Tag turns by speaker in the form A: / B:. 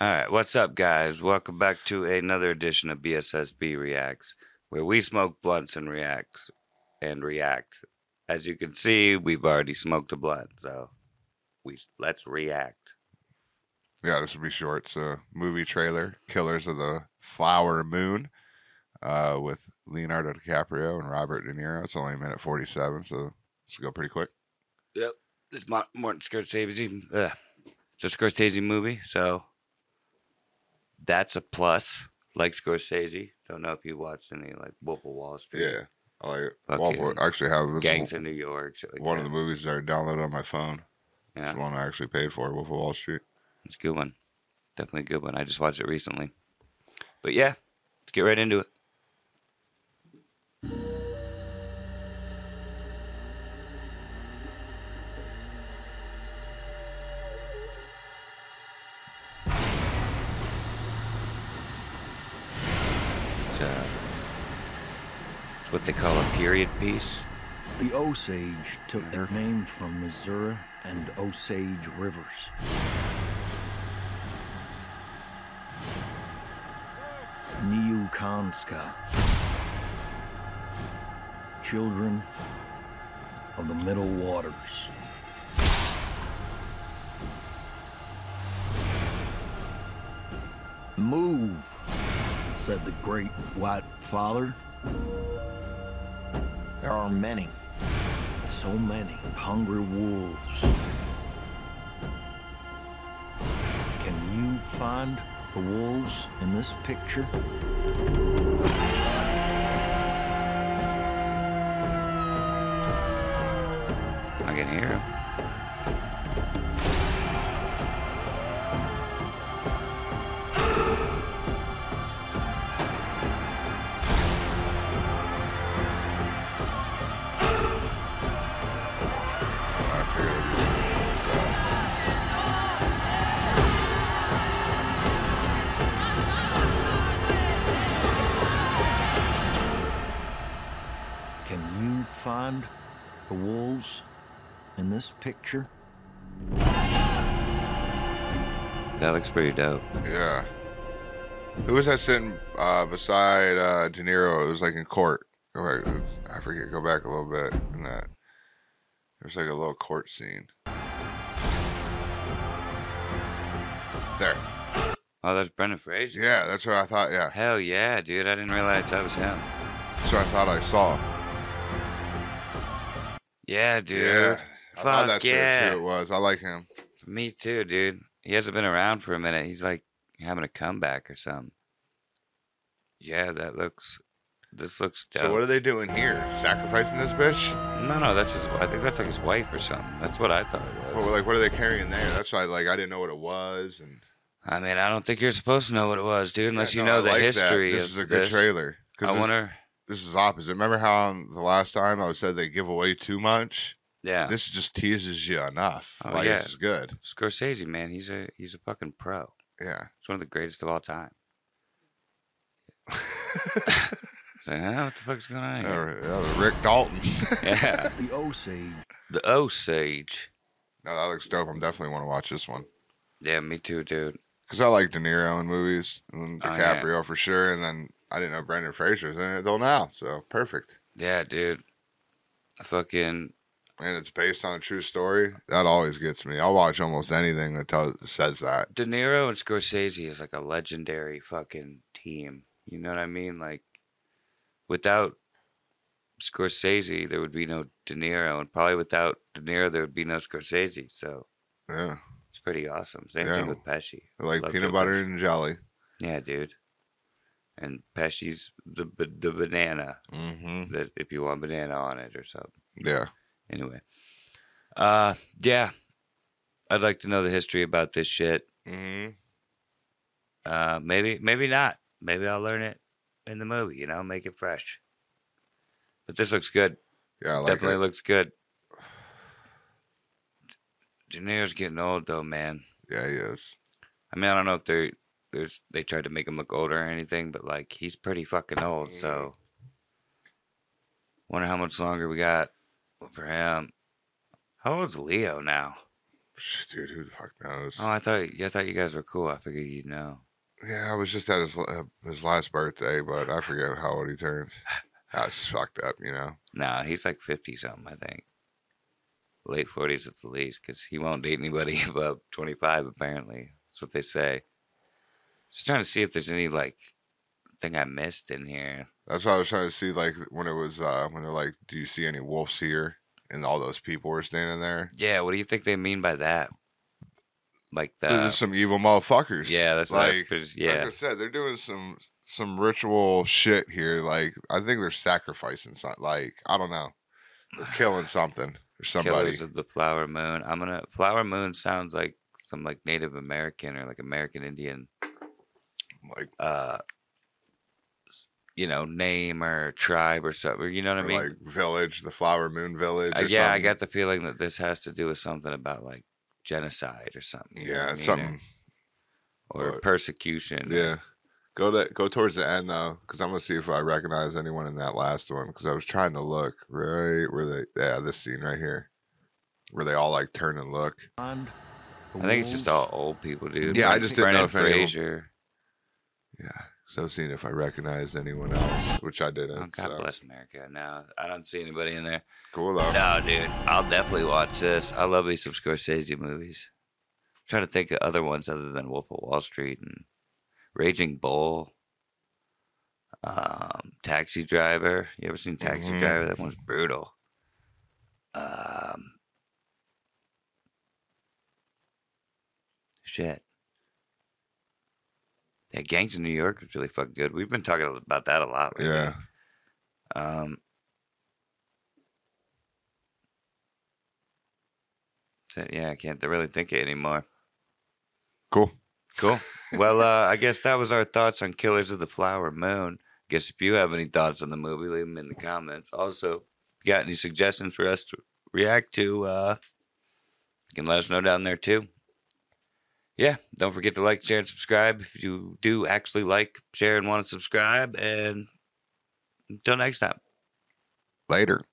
A: All right, what's up, guys? Welcome back to another edition of BSSB Reacts, where we smoke blunts and reacts and react. As you can see, we've already smoked a blunt, so we let's react.
B: Yeah, this would be short. So, movie trailer Killers of the Flower Moon uh, with Leonardo DiCaprio and Robert De Niro. It's only a minute 47, so this will go pretty quick.
A: Yep, it's Ma- Martin Scorsese. Uh, it's a Scorsese movie, so that's a plus. Like Scorsese. Don't know if you watched any like Wolf of Wall Street,
B: Yeah. I like it.
A: Fucking
B: Waffle, I actually have this
A: Gangs of New York. Shit like
B: one of
A: that.
B: the movies that are downloaded on my phone.
A: Yeah.
B: It's one I actually paid for, Wolf of Wall Street.
A: It's a good one. Definitely a good one. I just watched it recently. But yeah, let's get right into it. It's, uh, it's what they call a period piece.
C: The Osage took their name from Missouri and Osage rivers. Neokanska. Children of the Middle Waters. Move, said the great white father. There are many so many hungry wolves. Can you find the wolves in this picture?
A: I can hear him.
B: I figured it'd be so.
C: Can you find the wolves in this picture?
A: That looks pretty dope.
B: Yeah. Who was that sitting uh, beside uh, De Niro? It was like in court. Go back- I forget. Go back a little bit in that. There was like a little court scene. There.
A: Oh, that's Brendan Fraser.
B: Yeah, that's what I thought. Yeah,
A: Hell yeah, dude. I didn't realize that was him.
B: that's what I thought I saw.
A: Yeah, dude.
B: Yeah. I thought
A: Fuck
B: that's
A: yeah.
B: who it was. I like him.
A: Me too, dude. He hasn't been around for a minute. He's like having a comeback or something. Yeah, that looks. This looks dope.
B: So what are they doing here? Sacrificing this bitch?
A: no, no, that's his. I think that's like his wife or something. That's what I thought it was.
B: What, like what are they carrying there? That's why like I didn't know what it was. And
A: I mean, I don't think you're supposed to know what it was, dude, unless
B: Yeah,
A: you
B: no,
A: know
B: I
A: the
B: like that.
A: history.
B: This
A: of
B: is a good
A: this.
B: trailer. 'Cause
A: I
B: this-
A: wonder.
B: this is opposite. Remember how on the last time I said they give away too much?
A: Yeah,
B: This just teases you enough.
A: Oh,
B: like
A: yeah.
B: this is good.
A: Scorsese, man, he's a he's a fucking pro.
B: Yeah.
A: He's one of the greatest of all time. It's like, huh, what the fuck's going on here?
B: Or, uh, Rick Dalton.
A: Yeah,
C: The Osage
A: the Osage.
B: no, that looks dope. I'm definitely want to watch this one
A: Yeah, me too, dude.
B: because I like De Niro in movies and then
A: Oh, yeah.
B: DiCaprio for sure. And then I didn't know Brendan Fraser's in it though now, so perfect.
A: Yeah, dude. Fucking
B: And it's based on a true story. That always gets me. I'll watch almost anything that tells, says that.
A: De Niro and Scorsese is like a legendary fucking team. You know what I mean? Like, without Scorsese, there would be no De Niro, and probably without De Niro, there would be no Scorsese. So
B: Yeah,
A: it's pretty awesome. Same thing
B: Yeah.
A: with Pesci.
B: like
A: Love
B: peanut
A: Joe
B: butter
A: Pesci.
B: and jelly.
A: Yeah, dude. And Pesci's the ba- the banana
B: Mm-hmm.
A: that if you want banana on it or something.
B: Yeah.
A: Anyway, uh, yeah, I'd like to know the history about this shit.
B: Mm-hmm.
A: Uh, maybe, maybe not. Maybe I'll learn it in the movie. You know, make it fresh. But this looks good.
B: Yeah, I like
A: Definitely
B: it.
A: looks good. De Niro's getting old though, man.
B: yeah, he is.
A: I mean, I don't know if they're there's they tried to make him look older or anything, but like he's pretty fucking old. So, wonder how much longer we got for him. How old's Leo now?
B: Dude, who the fuck knows?
A: Oh, I thought I thought you guys were cool. I figured you'd know.
B: Yeah, I was just at his uh, his last birthday, but I forget how old he turns. I was fucked up, you know.
A: Nah, he's like fifty something, I think. Late forties at the least, because he won't date anybody above twenty five. Apparently, that's what they say. Just trying to see if there's any like thing I missed in here.
B: That's why I was trying to see, like when it was uh when they're like, "Do you see any wolves here?" And all those people were standing there.
A: Yeah, what do you think they mean by that? Like
B: There's
A: the
B: some evil
A: Uh,
B: motherfuckers.
A: yeah, that's
B: like
A: like what I,
B: Like
A: yeah,
B: I said, they're doing some some ritual shit here. Like I think they're sacrificing something. Like I don't know, they're killing something or somebody.
A: Killers of the Flower Moon. I'm gonna Flower Moon sounds like some like Native American or like American Indian
B: Like
A: uh s- you know, name or tribe or something. You know what I
B: or,
A: mean?
B: like village, the flower moon village.
A: Uh,
B: or
A: yeah, I
B: something.
A: got the feeling that this has to do with something about like genocide or something. you know what
B: Yeah,
A: I
B: it's
A: mean?
B: something.
A: or, or
B: or-
A: persecution.
B: Yeah, go to go towards the end though, because I'm gonna see if I recognize anyone in that last one. Because I was trying to look right where they. Yeah, this scene right here, where they all like turn and look.
C: Bond, the
A: I think it's just
C: wolves,
A: all old people, dude.
B: Yeah, I just didn't know if anyone-
A: Fraser.
B: Yeah, so I was seeing if I recognized anyone else, which I didn't.
A: Oh, God
B: so.
A: bless America. No, I don't see anybody in there.
B: Cool though.
A: No, dude, I'll definitely watch this. I love me some Scorsese movies. I'm trying to think of other ones other than Wolf of Wall Street and Raging Bull, um, Taxi Driver. You ever seen Taxi
B: Mhm.
A: Driver? That one's brutal. Um, shit. Yeah, Gangs of New York was really fucking good. We've been talking about that a lot. Lately.
B: Yeah.
A: Um, so, yeah, I can't really think of it anymore.
B: Cool.
A: Cool. well, uh, I guess that was our thoughts on Killers of the Flower Moon. Guess if you have any thoughts on the movie, leave them in the comments. Also, if you got any suggestions for us to react to, uh, you can let us know down there too. Yeah, don't forget to like, share, and subscribe if you do actually like, share, and want to subscribe. And until next time.
B: Later.